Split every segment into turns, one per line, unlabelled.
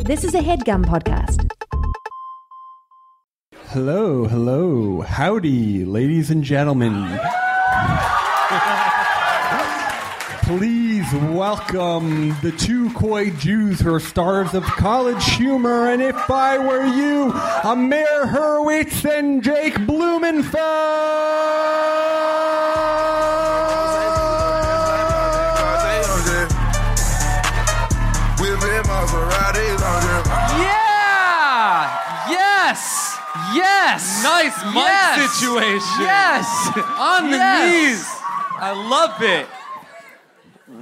This is a headgum podcast.
Hello, hello, howdy, ladies and gentlemen. Please welcome the two coy Jews who are stars of college humor, and if I were you, Amir Hurwitz and Jake Blumenfeld.
Yeah! Yes! Yes!
Nice mic
Yes!
situation.
Yes!
On the
Yes!
knees. I love it.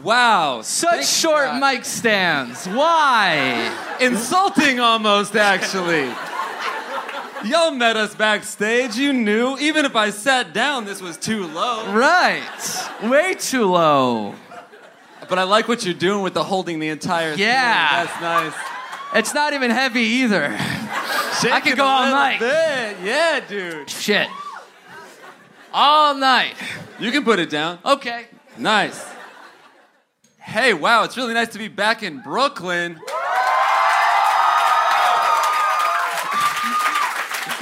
Wow.
Such
Thank
short
God.
mic stands. Why?
Insulting almost, actually. Y'all met us backstage. You knew. Even if I sat down, this was too low.
Right. Way too low.
But I like what you're doing with the holding the entire thing.
Yeah.
That's nice.
It's not even heavy either.
I
could go all night.
Yeah, dude.
Shit. All night.
You can put it down.
Okay.
Nice. Hey, wow, it's really nice to be back in Brooklyn.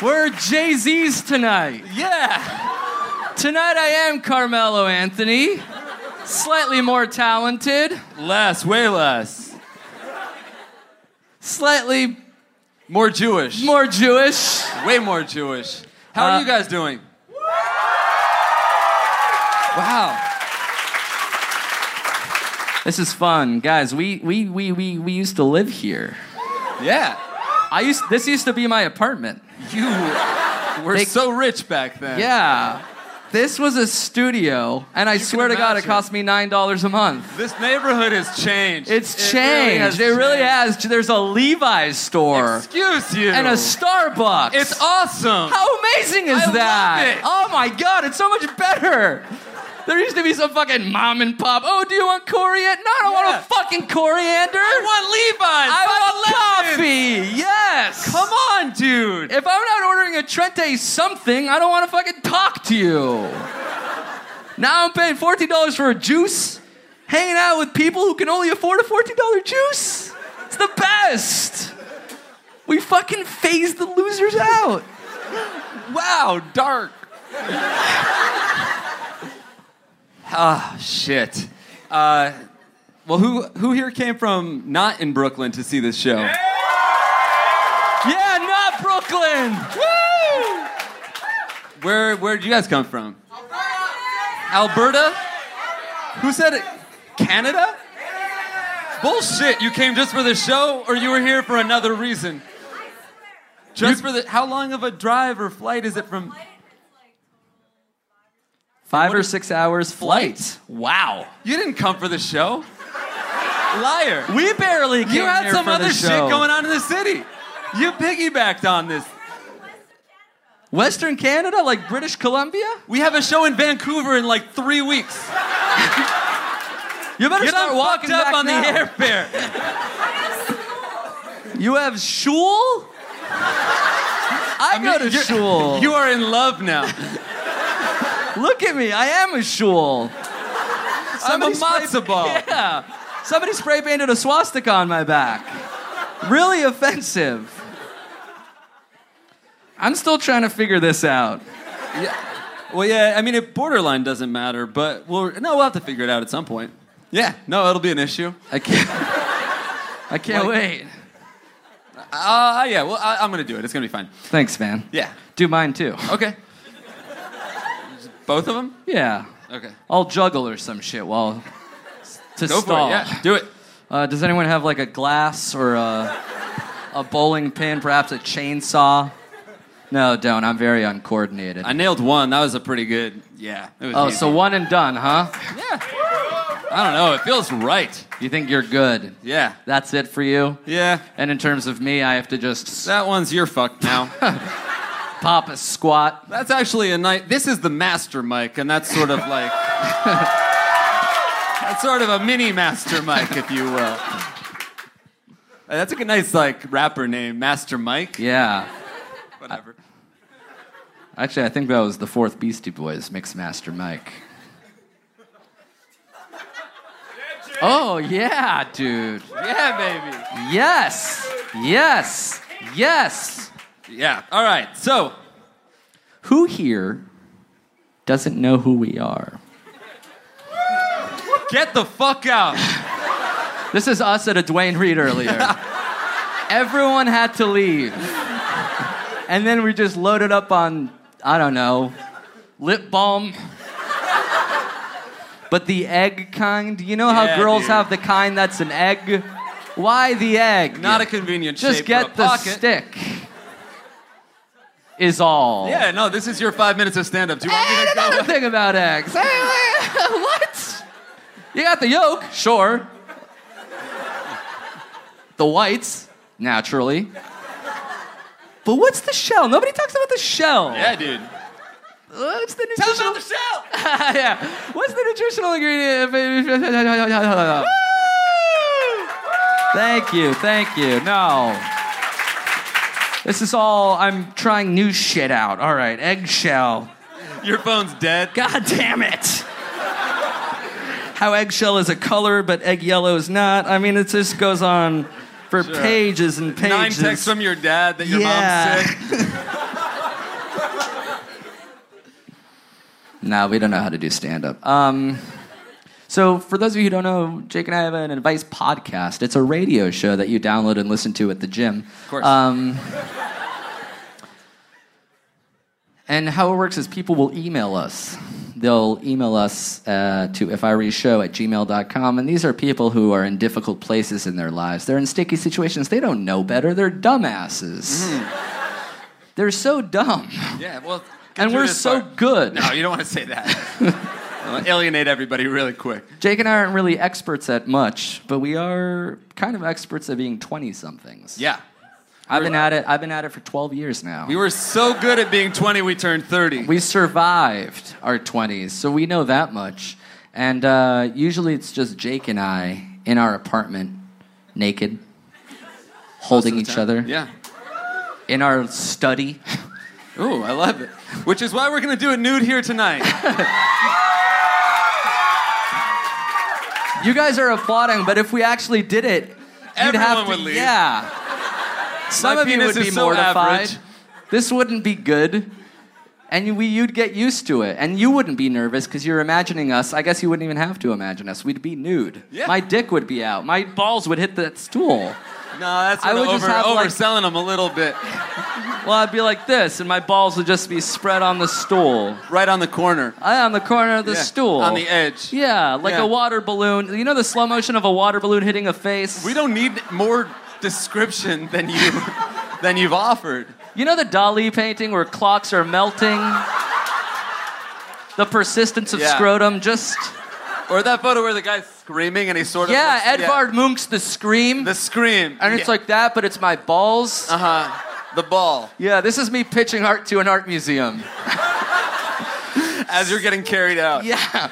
We're Jay Z's tonight.
Yeah.
Tonight I am Carmelo Anthony. Slightly more talented.
Less, way less.
Slightly
More Jewish.
more Jewish.
Way more Jewish. How
Uh,
are you guys doing? Wow.
This is fun, guys. We we we we we used to live here.
Yeah.
I used this used to be my apartment.
You were
They-
so rich back then.
Yeah. This was a studio, and I
can
swear to God, it
imagine.
cost me nine dollars a month.
This neighborhood has changed.
It's
It really has
changed. it really
changed.
has. There's a Levi's store
Excuse you.
and a Starbucks.
it's awesome.
How amazing is
I love
that?
it.
Oh my God, it's so much better. There used to be some fucking mom and pop. Oh, do you want coriander? No, I don't
Yeah.
want a fucking coriander.
I want Levi's.
I want
Levi's.
coffee. Yes.
Come on, dude.
If I'm not ordering a Trente something, I don't want to fucking talk to you. Now I'm paying $14 for a juice, hanging out with people who can only afford a $14 juice. It's the best. We fucking phase the losers out.
Wow, dark. ah, shit. Uh, well, who who here came from not in Brooklyn to see this show?
Yeah, not Brooklyn. Woo!
Where where did you guys come from? Alberta. Who said it? Canada? Bullshit! You came just for the show, or you were here for another reason? Just for the how long of a drive or flight is it from?
Five
What
or
is-
six hours flight. Wow.
You didn't come for the show. Liar.
We barely came
You had
here
some
for
other
the
shit
show.
going on in the city. You piggybacked on this.
Western Canada, like British Columbia?
We have a show in Vancouver in like three weeks.
You better
Get
start
all
walking
fucked up
back
on
now.
the airfare.
You have shul? I, go to
You're-
shul.
You are in love now.
Look at me. I am a shul.
I'm
Somebody
a
spray-
matzo ball.
Yeah. Somebody spray painted a swastika on my back. Really offensive. I'm still trying to figure this out.
Well, yeah. I mean, it borderline doesn't matter, but we'll no, we'll have to figure it out at some point. Yeah. No, it'll be an issue.
I can't. I can't
Like-
wait.
Uh, yeah. Well, I, I'm gonna do it. It's gonna be fine.
Thanks, man.
Yeah.
Do mine too.
Okay. Both of them.
Yeah.
Okay.
I'll juggle or some shit while to
Go
stall.
for it. Yeah. Do it.
Uh, does anyone have like a glass or a, a bowling pin, perhaps a chainsaw? No, don't. I'm very uncoordinated.
I nailed one. That was a pretty good. Yeah. It was
oh,
easy.
so one and done, huh?
Yeah. I don't know. It feels right.
You think you're good?
Yeah.
That's it for you?
Yeah.
And in terms of me, I have to just
That one's your fuck now.
pop a squat.
that's actually a night. This is the master mic, and that's sort of like. that's sort of a mini master mic, if you will. Uh, That's a good, nice like rapper name, Master Mike.
Yeah.
Whatever.
Actually, I think that was the fourth Beastie Boys Mixmaster Mike. Oh, yeah, dude.
Yeah, baby.
Yes. Yes. Yes.
Yeah. All right. So,
Who here doesn't know who we are?
get the fuck out.
This is us at a Dwayne Reed earlier. Everyone had to leave. And then we just loaded up on, I don't know, lip balm. But the egg kind, you know how
Yeah,
girls
dude.
have the kind that's an egg? Why the egg?
Not a convenient
Just
shape
get
for a
the
pocket.
stick. Is all.
Yeah, no, this is your five minutes of stand up. Do you want me
And
to
another
go?
thing about eggs. Hey, wait, what? You got the yolk, sure. The whites, naturally. But what's the shell? Nobody talks about the shell.
Yeah, dude.
What's the
Tell us
nutritional?
about the show.
yeah. What's the nutritional ingredient? thank you, thank you. No. This is all I'm trying new shit out. All right, eggshell.
Your phone's dead.
God damn it! How eggshell is a color, but egg yellow is not. I mean, it just goes on for
Sure.
pages and pages.
Nine texts from your dad that your
Yeah.
mom's sick.
Nah, we don't know how to do stand up. Um, so, for those of you who don't know, Jake and I have an advice podcast. It's a radio show that you download and listen to at the gym. Of
course.
Um, and how it works is people will email us. They'll email us uh, to ifireshow at gmail.com. And these are people who are in difficult places in their lives. They're in sticky situations. They don't know better. They're dumbasses. They're so dumb.
Yeah, well. Mm-hmm. get
And
through
we're
this
so
part.
good.
No, you don't want to say that. I wanna alienate everybody really quick.
Jake and I aren't really experts at much, but we are kind of experts at being 20 somethings.
Yeah.
I've been at it I've been at it for 12 years now.
We were so good at being 20, we turned 30.
We survived our 20s, so we know that much. And uh, usually it's just Jake and I in our apartment naked holding each other
Yeah.
in our study.
Ooh, I love it. Which is why we're going to do it nude here tonight.
You guys are applauding, but if we actually did it, you'd
Everyone
have to,
would leave.
Yeah. Some
My
of you
penis
would be
is so
mortified.
average.
This wouldn't be good. And you- we, you'd get used to it. And you wouldn't be nervous because you're imagining us. I guess you wouldn't even have to imagine us. We'd be nude.
Yeah.
My dick would be out. My balls would hit that stool.
No, that's
I
sort of
would just
over,
have, like-
overselling them a little bit.
Well, I'd be like this, and my balls would just be spread on the stool.
Right on the corner.
I on the corner of the
Yeah,
stool.
On the edge.
Yeah, like
Yeah.
a water balloon. You know the slow motion of a water balloon hitting a face?
We don't need more description than you than you've offered.
You know the Dali painting where clocks are melting? The persistence of
Yeah.
scrotum just.
Or that photo where the guy's screaming and he sort of
Yeah,
looks-
Edvard Munch's The Scream.
the scream
and it's like that, but it's my balls.
uh huh the ball
yeah, this is me pitching art to an art museum.
as you're getting carried out.
Yeah.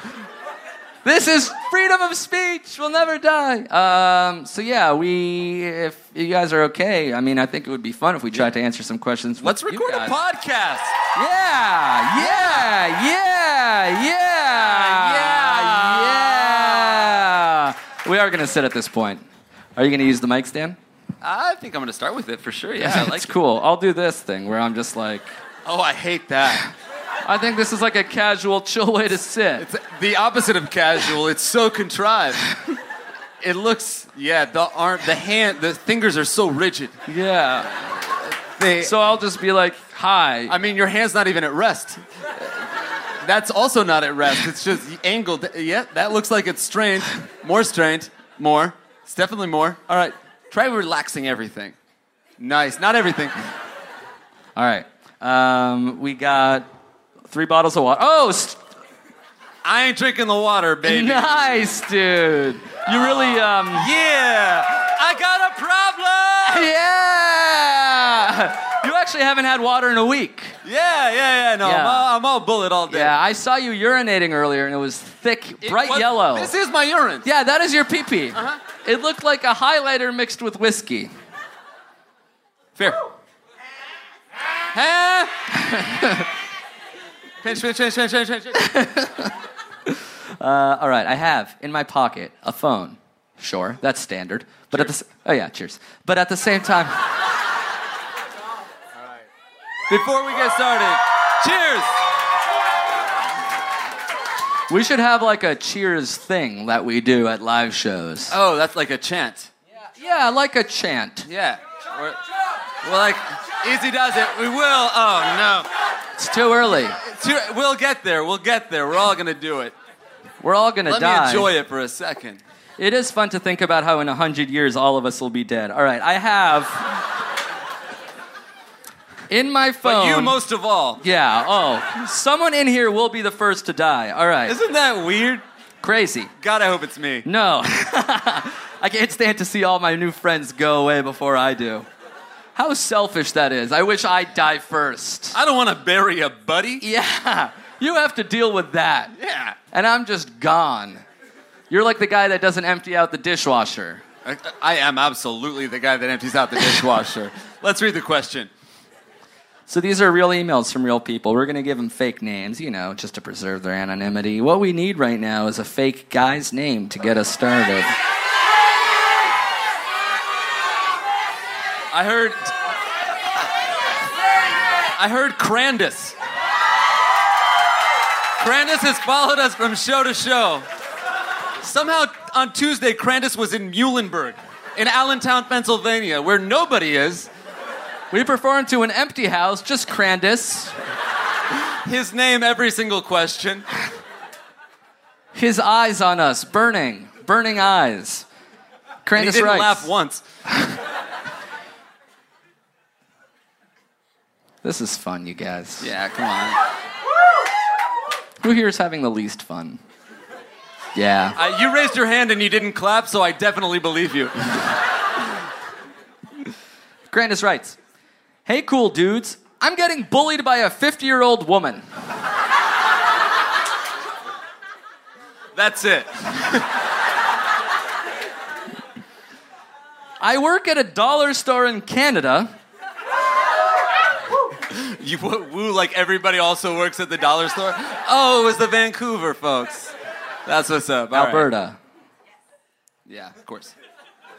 This is freedom of speech. We'll never die. Um, so yeah, we. If you guys are okay, I mean, I think it would be fun if we tried to answer some questions. with
Let's
you
record a
guys.
podcast.
Yeah, yeah, yeah, yeah,
Yeah.
yeah. We are gonna sit at this point. Are you gonna use the mic stand?
I think I'm gonna start with it for sure. Yeah, I like.
it's cool. I'll do this thing where I'm just like,
Oh, I hate that.
I think this is like a casual, chill way to sit.
It's the opposite of casual. It's so contrived. It looks, yeah, the arm, the hand, the fingers are so rigid.
Yeah.
They,
So I'll just be like, hi.
I mean, your hand's not even at rest. That's also not at rest. It's just angled. Yeah, that looks like it's strained. More strained. More. It's definitely more. All right. Try relaxing everything. Nice. Not everything.
All right. Um, we got three bottles of water. Oh, st-
I ain't drinking the water, baby.
nice, dude. You really. Um,
Yeah. I got a problem.
Yeah! You actually haven't had water in a week.
Yeah, yeah, yeah. No, I'm,
Yeah.
all, I'm all bullet all day.
Yeah, I saw you urinating earlier and it was thick,
It
bright
was-
yellow.
This is my urine.
yeah, that is your pee pee.
Uh-huh.
It looked like a highlighter mixed with whiskey.
Fair. Huh? pinch, pinch, pinch, pinch, pinch, pinch.
Uh, all right, I have in my pocket a phone. Sure, that's standard. But at the s- oh yeah, cheers. But at the same time,
Before we get started, cheers!
we should have like a cheers thing that we do at live shows.
Oh, that's like a chant.
yeah, like a chant.
Yeah. We're, we're like, easy does it. We will. Oh,
It's too early.
no. Cheer- We'll get there. We'll get there. We're all going to do it.
We're all gonna
Let
die.
me enjoy it for a second.
It is fun to think about how in a hundred years all of us will be dead. All right, I have in my phone.
But you most of all.
yeah. Oh, someone in here will be the first to die. All right,
Isn't that weird?
crazy.
God, I hope it's me.
No, I can't stand to see all my new friends go away before I do. How selfish that is. I wish I die first.
I don't want to bury a buddy.
Yeah, you have to deal with that,
Yeah.
and I'm just gone. You're like the guy that doesn't empty out the dishwasher.
I, I am absolutely the guy that empties out the dishwasher. Let's read the question.
So these are real emails from real people. We're going to give them fake names, you know, just to preserve their anonymity. What we need right now is a fake guy's name to get us started.
I heard. I heard Crandus. Crandus has followed us from show to show. Somehow on Tuesday, Crandus was in Muhlenberg, in Allentown, Pennsylvania, where nobody is.
We perform to an empty house, just Crandus.
His name, every single question.
His eyes on us, burning, burning eyes.
And he
Crandus
didn't
writes,
laugh once.
This is fun, you guys.
Yeah, come on.
Who here is having the least fun? Yeah.
Uh, you raised your hand and you didn't clap, so I definitely believe you.
Crandus writes, Hey, cool dudes. I'm getting bullied by a 50 year old woman.
That's it.
I work at a dollar store in Canada.
You wo- woo like everybody also works at the dollar store? Oh, it was the Vancouver folks. That's what's up. All right.
Alberta.
Yeah, of course.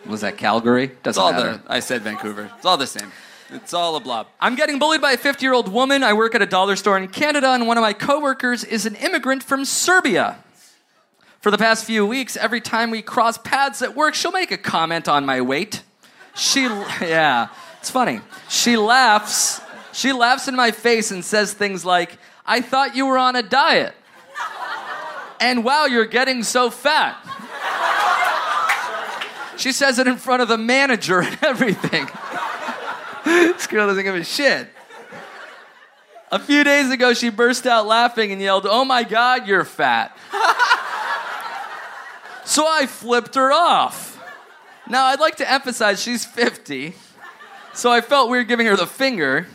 Was that Calgary?
It's
Doesn't
all
matter.
the. I said Vancouver. It's all the same. It's all a blob.
I'm getting bullied by a 50 year old woman. I work at a dollar store in Canada, and one of my coworkers is an immigrant from Serbia. For the past few weeks, every time we cross paths at work, she'll make a comment on my weight. She, yeah, it's funny. She laughs. She laughs in my face and says things like, I thought you were on a diet. And wow, you're getting so fat. She says it in front of the manager and everything. this girl doesn't give a shit. A few days ago, she burst out laughing and yelled, Oh my God, you're fat. so I flipped her off. Now, I'd like to emphasize she's 50, so I felt weird giving her the finger,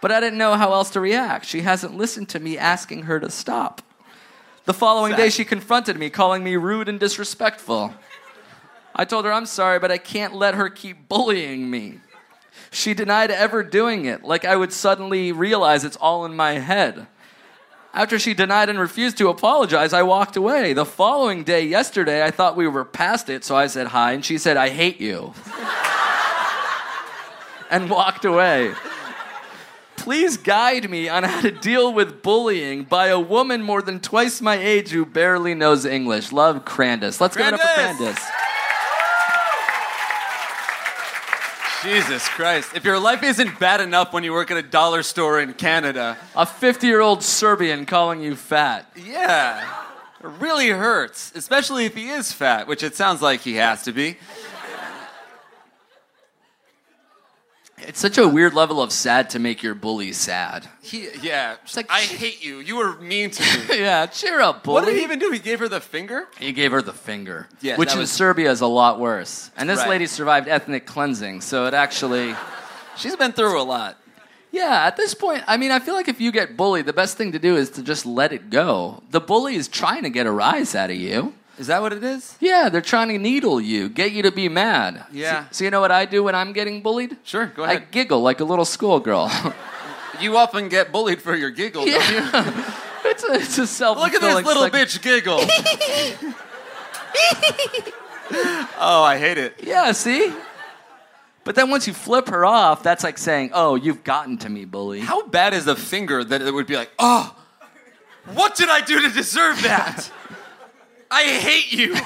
but I didn't know how else to react. She hasn't listened to me asking her to stop. The following day, she confronted me, calling me rude and disrespectful. I told her, I'm sorry, but I can't let her keep bullying me. She denied ever doing it, like I would suddenly realize it's all in my head. After she denied and refused to apologize, I walked away. The following day, yesterday, I thought we were past it, so I said hi, and she said, I hate you. and walked away. Please guide me on how to deal with bullying by a woman more than twice my age who barely knows English. Love Crandus. Let's give it up for
Crandus!
Crandus.
Jesus Christ! If your life isn't bad enough when you work at a dollar store in Canada,
A 50 year old Serbian calling you fat.
yeah, it really hurts. Especially if he is fat, which it sounds like he has to be.
It's such a weird level of sad to make your bully sad.
He, yeah. She's
like,
I hate you. You were mean to me.
yeah, cheer up, bully.
what did he even do? He gave her the finger.
He gave her the finger,
Yeah,
which
that
in
was-
Serbia is a lot worse. And this
Right.
lady survived ethnic cleansing, so it actually.
She's been through a lot.
Yeah, at this point, I mean, I feel like if you get bullied, the best thing to do is to just let it go. The bully is trying to get a rise out of you.
Is that what it is?
Yeah, they're trying to needle you, get you to be mad.
Yeah.
So, so you know what I do when I'm getting bullied?
Sure, go
I
ahead.
giggle like a little schoolgirl.
You often get bullied for your giggle, don't you?
yeah. it's a, it's a self.
Look at this little bitch giggle. Oh, I hate it.
Yeah, see? But then once you flip her off, that's like saying, oh, you've gotten to me, bully.
How bad is the finger that it would be like, oh, what did I do to deserve that? I hate you.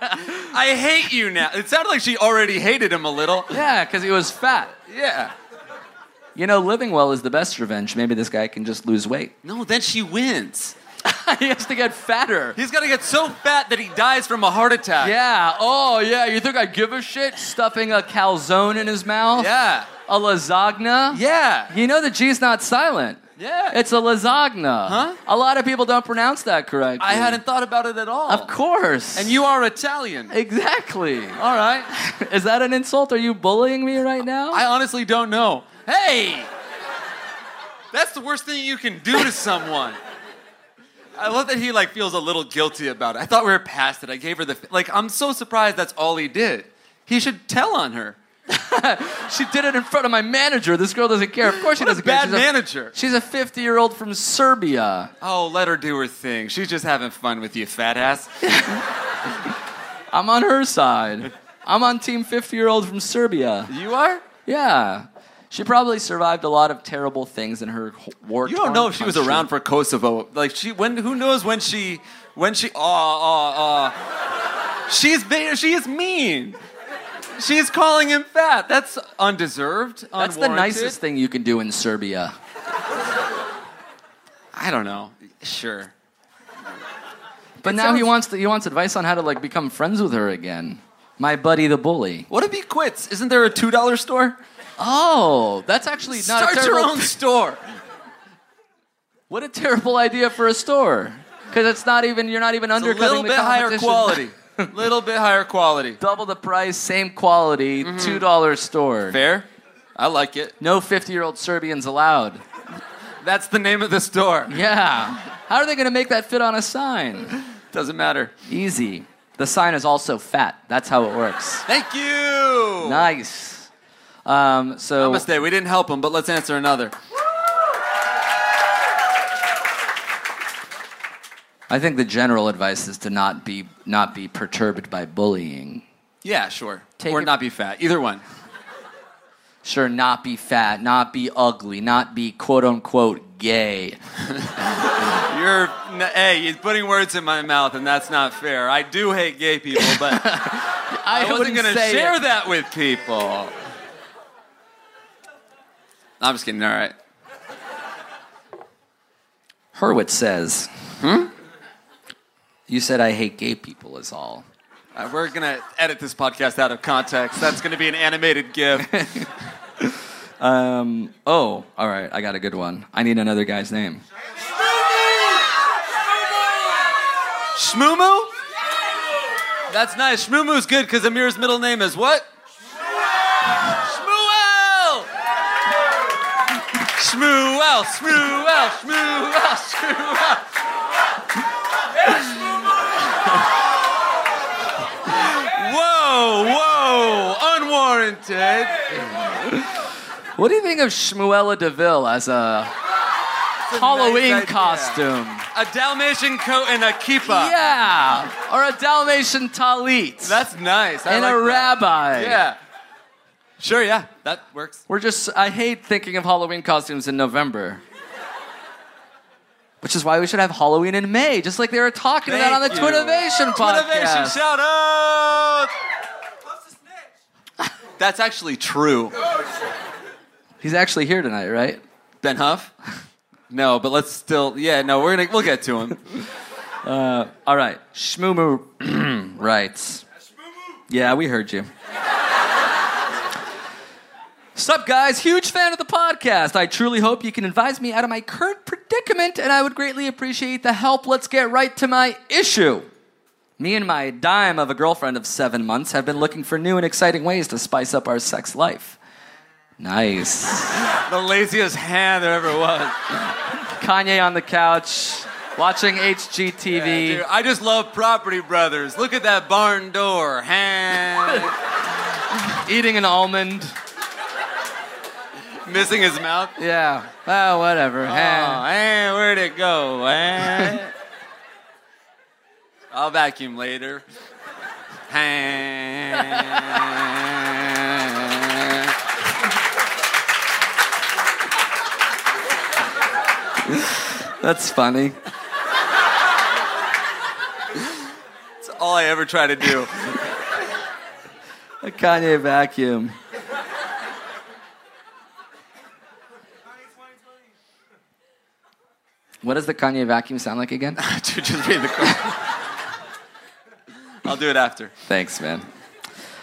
I hate you now. It sounded like she already hated him a little.
Yeah, because he was fat.
Yeah.
You know, living well is the best revenge. Maybe this guy can just lose weight.
No, then she wins.
he has to get fatter.
He's gonna get so fat that he dies from a heart attack.
Yeah. Oh, yeah. You think I give a shit? Stuffing a calzone in his mouth?
Yeah.
A lasagna?
Yeah.
You know the G's not silent.
Yeah.
It's a lasagna.
Huh?
A lot of people don't pronounce that correctly.
I hadn't thought about it at all.
Of course.
And you are Italian.
Exactly.
All right.
Is that an insult? Are you bullying me right now?
I honestly don't know. Hey! That's the worst thing you can do to someone. I love that he like feels a little guilty about it. I thought we were past it. I gave her the like I'm so surprised that's all he did. He should tell on her.
she did it in front of my manager. This girl doesn't care. Of course she
What a
doesn't care.
bad
She's a-
manager.
she's a 50 year old from Serbia.
Oh, let her do her thing. She's just having fun with you, fat ass.
I'm on her side. I'm on team 50 year old from Serbia.
You are?
Yeah. She probably survived a lot of terrible things in her wh- war.
You don't know if she was around for Kosovo. Like she when who knows when she when she oh oh oh she's ba- she is mean. She's calling him fat. That's undeserved.
That's the nicest thing you can do in Serbia.
I don't know. Sure.
But
It
now he
sounds-
wants to, he wants advice on how to like become friends with her again. My buddy the bully.
What if he quits? Isn't there a two dollar store?
Oh, that's actually not a
Start your
terrible-
own store.
What a terrible idea for a store. Because it's not even you're not even
It's a
undercutting
little
the
bit higher
competition.
quality. little bit higher quality.
Double the price, same quality, two dollar store.
Mm-hmm. Fair. I like it.
No fifty year old Serbians allowed.
That's the name of the store.
Yeah. How are they going to make that fit on a sign?
Doesn't matter.
Easy. The sign is also fat. That's how it works.
Thank you.
Nice. Um, so
Namaste. We didn't help him, but let's answer another.
I think the general advice is to not be not be perturbed by bullying.
Yeah, sure.
Take
or
it-
not be fat. Either one.
Sure, not be fat, not be ugly, not be quote unquote gay.
You're n- hey, he's putting words in my mouth, and that's not fair. I do hate gay people, but I,
I,
wasn't
wouldn't
gonna
say
share
it.
that with people. I'm just kidding. All right.
Hurwitz says, "Hmm? You said I hate gay people is all."
Uh, we're gonna edit this podcast out of context. That's gonna be an animated GIF.
Um, oh, all right, I got a good one. I need another guy's name.
Shmumu. That's nice. Shmumu's good because Amir's middle name is what? Shmuel. Shmuel. Shmuel. Shmuel. Shmuel. Whoa, whoa, unwarranted.
What do you think of Shmuela Deville as a Halloween
nice idea.
costume?
A Dalmatian coat and a kippah.
Yeah, or a Dalmatian talit
That's nice. I
and
like
a
that.
rabbi.
Yeah. Sure, yeah. That works.
We're just, I hate thinking of Halloween costumes in November. Which is why we should have Halloween in May, just like they were talking about on the
Thank you.
Twinnovation
Twinnovation
podcast.
shout out! That's actually true.
He's actually here tonight, right?
Ben Huff? No, but let's still yeah, no, we're gonna we'll get to him.
All right. Shmumu writes. Yeah, we heard you. Sup, guys? Huge fan of the podcast. I truly hope you can advise me out of my current predicament, and I would greatly appreciate the help. Let's get right to my issue. Me and my dime of a girlfriend of seven months have been looking for new and exciting ways to spice up our sex life. Nice.
the laziest hand there ever was.
Kanye on the couch, watching HGTV.
Yeah, dude, I just love property brothers. Look at that barn door. Hand
eating an almond.
missing his mouth.
Yeah. Well, whatever.
Oh, eh, where'd it go? Eh? I'll vacuum later.
That's funny.
That's all I ever try to do.
A Kanye vacuum. What does the Kanye vacuum sound like again?
Dude, just read the question. I'll do it after.
Thanks, man.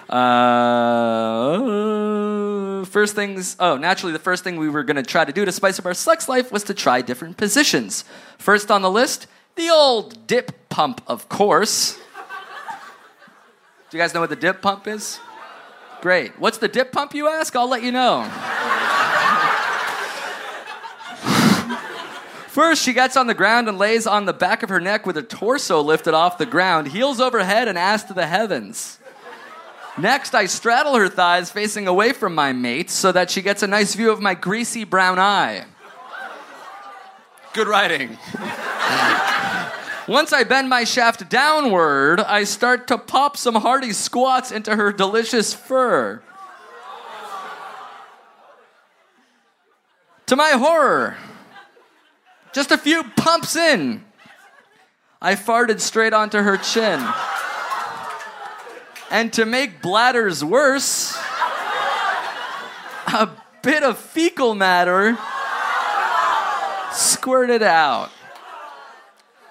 Uh, first things, oh, naturally, the first thing we were going to try to do to spice up our sex life was to try different positions. First on the list, the old dip pump, of course. Do you guys know what the dip pump is? Great. What's the dip pump, you ask? I'll let you know. First, she gets on the ground and lays on the back of her neck with her torso lifted off the ground, heels overhead, and ass to the heavens. Next, I straddle her thighs facing away from my mate so that she gets a nice view of my greasy brown eye.
Good writing.
Once I bend my shaft downward, I start to pop some hearty squats into her delicious fur. To my horror, just a few pumps in, I farted straight onto her chin. And to make bladders worse, a bit of fecal matter squirted out.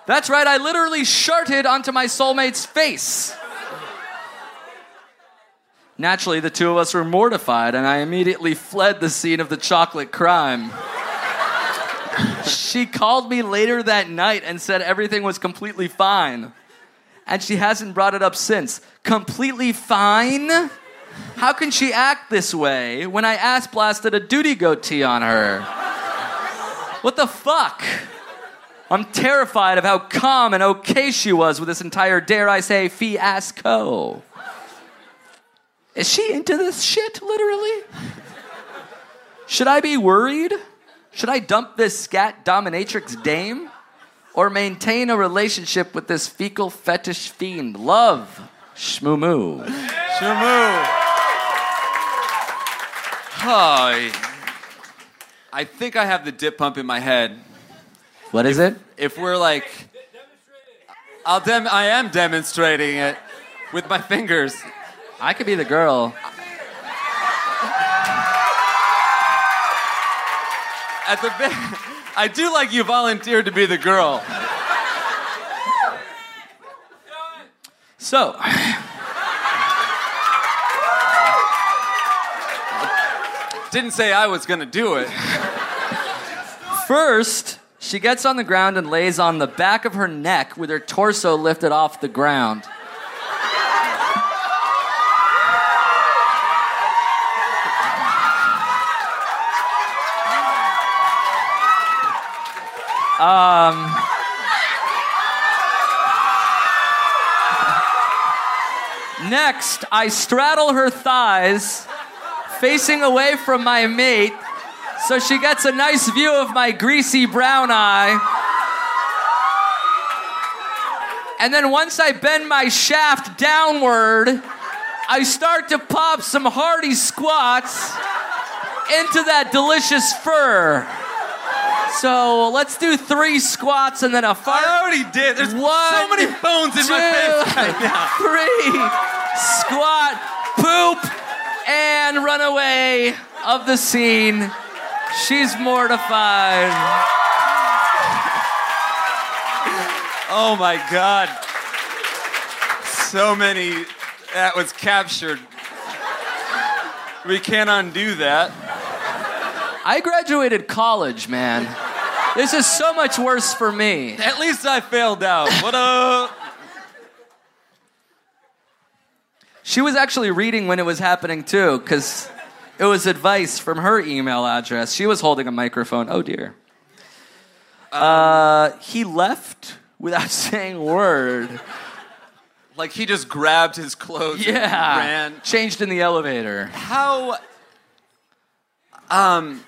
That's right, I literally sharted onto my soulmate's face. Naturally, the two of us were mortified, and I immediately fled the scene of the chocolate crime. she called me later that night and said everything was completely fine. And she hasn't brought it up since. Completely fine? How can she act this way when I ass blasted a duty goatee on her? What the fuck? I'm terrified of how calm and okay she was with this entire, dare I say, fiasco. Is she into this shit, literally? Should I be worried? Should I dump this scat dominatrix dame? Or maintain a relationship with this fecal fetish fiend? Love, shmoo
Shamu. Hi. I think I have the dip pump in my head.
What is it?
If we're like, I'll dem- I am demonstrating it with my fingers.
I could be the girl.
At the, ve- I do like you volunteered to be the girl.
So.
Didn't say I was gonna do it.
First, she gets on the ground and lays on the back of her neck with her torso lifted off the ground. Um, next, I straddle her thighs facing away from my mate so she gets a nice view of my greasy brown eye. And then once I bend my shaft downward, I start to pop some hearty squats into that delicious fur. So let's do three squats and then a
I
fart.
already did. There's so
One,
many bones in
Two,
my face right now.
three, squat, poop, and run away of the scene. She's mortified.
Oh my god. So many. That was captured. We can't undo that.
I graduated college, man. This is so much worse for me.
At least I failed out. What up?
She was actually reading when it was happening, too, because it was advice from her email address. She was holding a microphone. Oh, dear. Uh, he left without saying a word.
Like he just grabbed his clothes
Yeah.
and ran.
Changed in the elevator.
How? Um.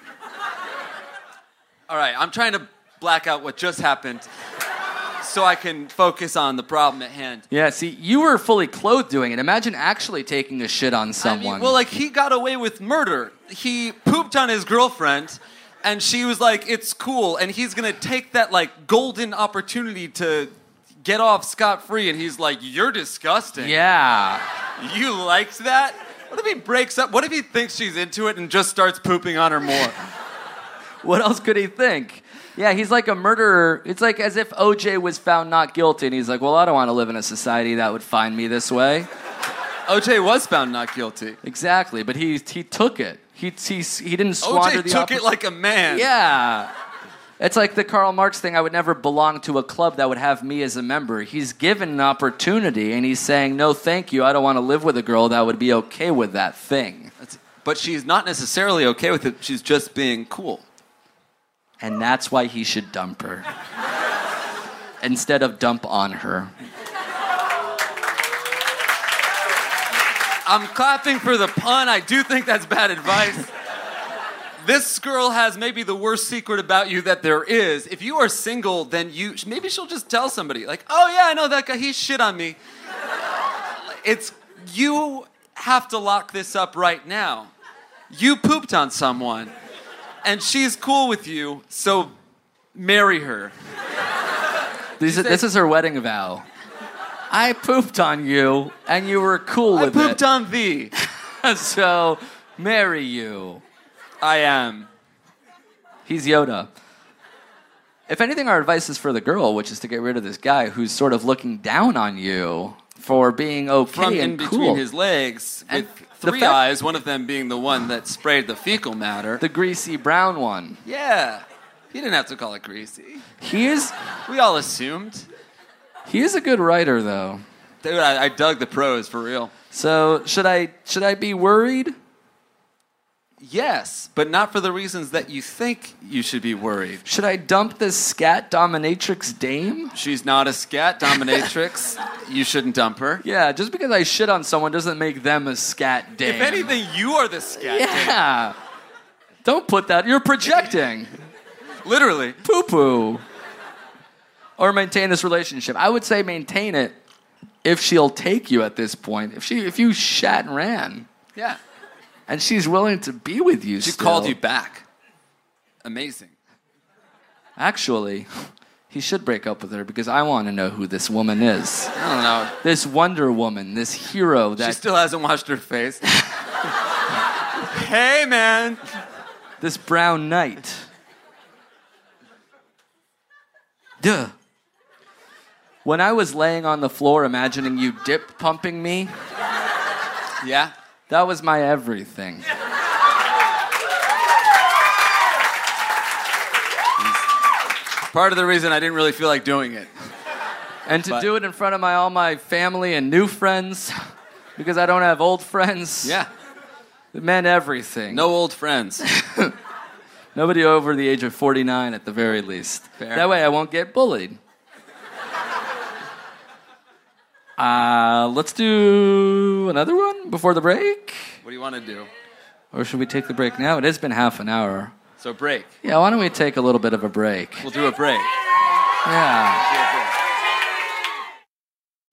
All right, I'm trying to black out what just happened. so I can focus on the problem at hand.
Yeah, see, you were fully clothed doing it. Imagine actually taking a shit on
I mean,
someone.
well, like he got away with murder. He pooped on his girlfriend, and she was like, "It's cool," and he's gonna take that like golden opportunity to get off scot free, and he's like, "You're disgusting.
yeah.
you liked that." What if he breaks up? What if he thinks she's into it and just starts pooping on her more?
What else could he think? Yeah, he's like a murderer. It's like as if OJ was found not guilty, and he's like, well, I don't want to live in a society that would find me this way.
OJ was found not guilty.
Exactly, but he he took it. He he, he didn't squander
OJ
the
took it
oppor-
like a man.
yeah. It's like the Karl Marx thing. I would never belong to a club that would have me as a member. He's given an opportunity, and he's saying, "No, thank you. I don't want to live with a girl that would be okay with that thing."
That's- But she's not necessarily okay with it. She's just being cool.
And that's why he should dump her instead of dump on her.
I'm clapping for the pun. I do think that's bad advice. this girl has maybe the worst secret about you that there is. If you are single, then you maybe she'll just tell somebody like, "Oh yeah, I know that guy. He shit on me." It's you have to lock this up right now. You pooped on someone, and she's cool with you, so marry her.
This is, this is her wedding vow. I pooped on you, and you were cool
I
with
pooped
it.
on thee.
so marry you.
I am.
He's Yoda. If anything, our advice is for the girl, which is to get rid of this guy who's sort of looking down on you for being okay
from
and
in between
cool.
his legs
And
with
the
three
fact-
eyes, one of them being the one that sprayed the fecal matter.
the greasy brown one.
yeah. He didn't have to call it greasy.
He is
We all assumed.
he is a good writer though.
Dude, I, I dug the prose for real.
So should I should I be worried?
Yes, but not for the reasons that you think you should be worried.
Should I dump this scat dominatrix dame?
She's not a scat dominatrix. you shouldn't dump her.
Yeah, just because I shit on someone doesn't make them a scat dame.
If anything, you are the scat.
Yeah. Don't put that. You're projecting.
Literally.
Poo poo. Or maintain this relationship. I would say maintain it if she'll take you at this point. If she if you shat and ran
Yeah.
and she's willing to be with you.
She
still.
called you back. Amazing.
Actually, he should break up with her because I want to know who this woman is.
I don't know.
This Wonder Woman, this hero
She
that
still hasn't washed her face. hey, man.
this brown knight. Duh. When I was laying on the floor imagining you dip pumping me,
Yeah.
that was my everything.
Part of the reason I didn't really feel like doing it.
And to
But-
do it in front of my all my family and new friends, because I don't have old friends.
Yeah.
It meant everything.
No old friends.
Nobody over the age of 49 at the very least.
Fair.
That way I won't get bullied. Uh, let's do another one before the break.
What do you want to do?
Or should we take the break now? It has been half an hour.
So break.
Yeah, why don't we take a little bit of a break?
We'll do a break.
Yeah.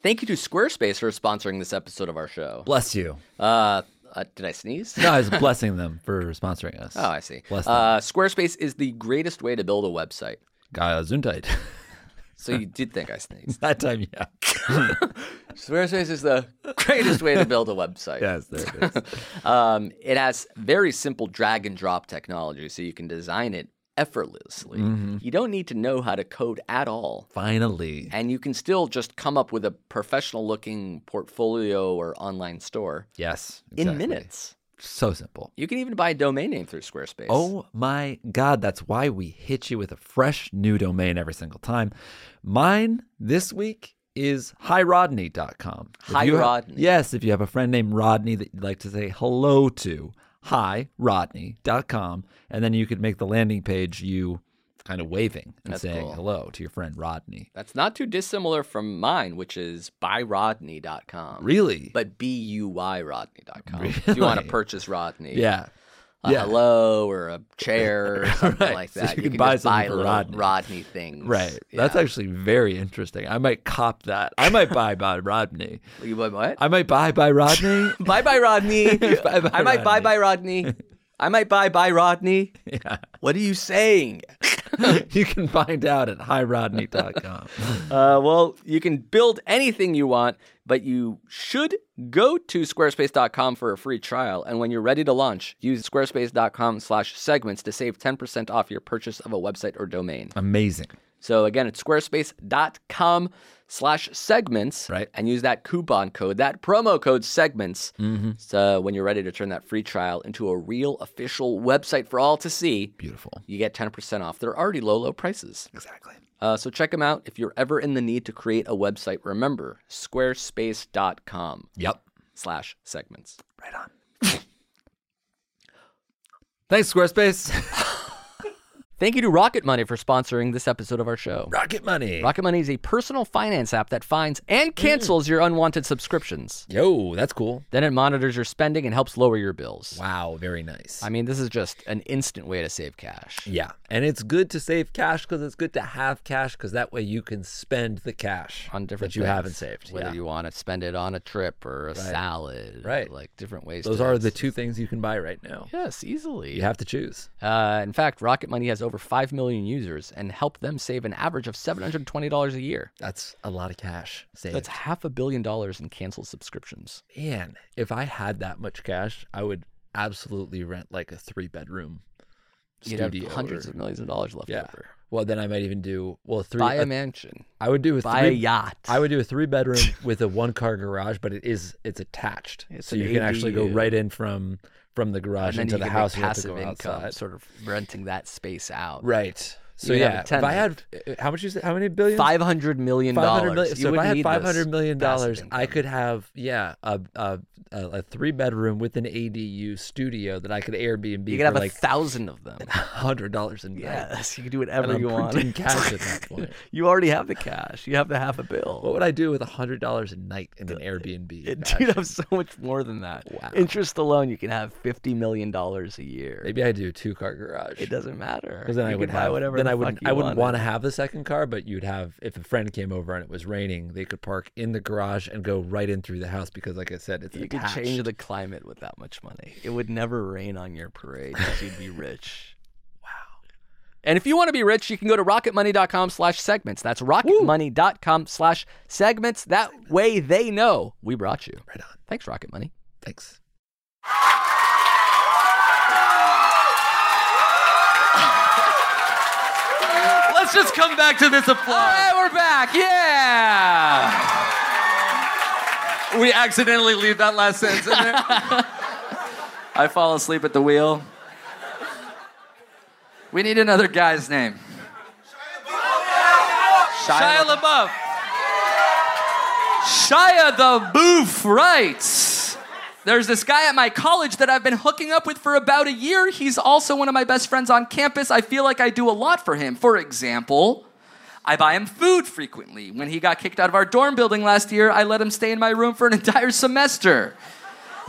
Thank you to Squarespace for sponsoring this episode of our show.
Bless you.
Uh, uh, did I sneeze?
No, I was blessing them for sponsoring us.
Oh, I see.
Bless them.
Uh, Squarespace is the greatest way to build a website.
Uh, Gesundheit.
So you did think I sneezed.
that time, yeah.
Squarespace is the greatest way to build a website.
Yes, there it is.
Um, it has very simple drag and drop technology, so you can design it effortlessly.
Mm-hmm.
You don't need to know how to code at all.
Finally.
And you can still just come up with a professional looking portfolio or online store
Yes.
in
exactly.
minutes.
So simple.
You can even buy a domain name through Squarespace.
Oh my God, that's why we hit you with a fresh new domain every single time. Mine this week is hirodney.com. If you have-
Hirodney.
Yes, if you have a friend named Rodney that you'd like to say hello to, hirodney.com. And then you could make the landing page you kind of waving and
That's
saying
cool.
hello to your friend Rodney.
That's not too dissimilar from mine, which is buyrodney.com.
Really?
But B U Y Rodney.com. If you want to
Really?
purchase Rodney.
yeah.
a
Yeah.
hello or a chair or something
Right.
like
So
that.
you can buy
just
something
buy
for
little
Rodney.
Rodney things.
Right. That's
Yeah.
actually very interesting. I might cop that. I might buy by Rodney.
you buy what?
I might buy by Rodney.
Bye bye Rodney.
Bye-bye,
I might bye
Rodney.
bye Rodney. I might bye bye Rodney.
yeah.
What are you saying?
You can find out at highrodney.com.
Uh, well, you can build anything you want, but you should go to squarespace.com for a free trial. And when you're ready to launch, use squarespace.com slash segments to save 10% off your purchase of a website or domain.
Amazing.
So again, it's squarespace.com slash segments
Right.
and use that coupon code, that promo code segments. So when you're ready to turn that free trial into a real official website for all to see,
Beautiful.
you get 10% off. They're already low, low prices.
Exactly.
Uh, so check them out if you're ever in the need to create a website. Remember, squarespace.com
Yep.
slash segments.
Right on. Thanks, Squarespace.
Thank you to Rocket Money for sponsoring this episode of our show.
Rocket money.
Rocket Money is a personal finance app that finds and
Mm.
cancels your unwanted subscriptions.
Yo, that's cool.
Then it monitors your spending and helps lower your bills.
Wow, very nice.
I mean, this is just an instant way to save cash.
yeah. And it's good to save cash because it's good to have cash because that way you can spend the cash
On different
that you
things,
haven't saved.
Whether
Yeah.
you want to spend it on a trip or a salad, or,
Right.
Like different ways.
Those
to-
are the two things you can buy right now.
yes, easily.
You have to choose.
Uh, in fact, Rocket Money has over 5 million users and helped them save an average of $720 a year.
That's a lot of cash saved.
That's half a billion dollars in canceled subscriptions.
Man, if I had that much cash, I would absolutely rent like a three bedroom
You'd
studio.
have hundreds
or-
of millions of dollars left
yeah.
over.
Well, then I might even do well three.
Buy
a-
a mansion.
I would do a
Buy
three,
a yacht.
I would do a three bedroom with a one car garage, but it is it's attached,
It's
so
an
you can actually go
ADU.
right in from from the garage
and then
into
you
the
can
house.
make
you don't have to
passive
go
income,
outside.
sort of renting that space out.
right? So
You have
yeah,
a
if I had uh, how much you say, how many billions?
Five hundred million
$500
dollars.
million. So if I had five hundred million dollars, I could have yeah a a, a, a three bedroom with an ADU studio that I could Airbnb.
You could have
for
a
like
thousand of them.
hundred dollars a night.
Yes, you can do
And
whatever
I'm
you
printing
want.
cash at that point.
You already have the cash. You have the half a
What
bill.
would I do with hundred dollars a night in an Airbnb?
You'd have so much more than that.
Wow.
Interest alone, you can have fifty million dollars a year.
Maybe I do a two car garage.
It doesn't matter.
Because then
you
I
can
would
buy
have,
whatever.
Then
the
I wouldn't.
fuck you
I wouldn't want
wanted.
to have the second car, but you'd have if a friend came over and it was raining, they could park in the garage and go right in through the house because, like I said, it's
You could
attached.
change the climate with that much money. It would never rain on your parade 'cause you'd be rich. And if you want to be rich, you can go to rocketmoney.com slash segments. That's rocketmoney.com slash segments. That way they know we brought you.
right on.
Thanks, Rocket Money.
Thanks.
Let's just come back to this applause.
Hey, we're back. Yeah.
We accidentally leave that last sentence in there.
I fall asleep at the wheel. We need another guy's name. Shia LaBeouf. Shia the Boof writes. There's this guy at my college that I've been hooking up with for about a year. He's also one of my best friends on campus. I feel like I do a lot for him. For example, I buy him food frequently. When he got kicked out of our dorm building last year, I let him stay in my room for an entire semester.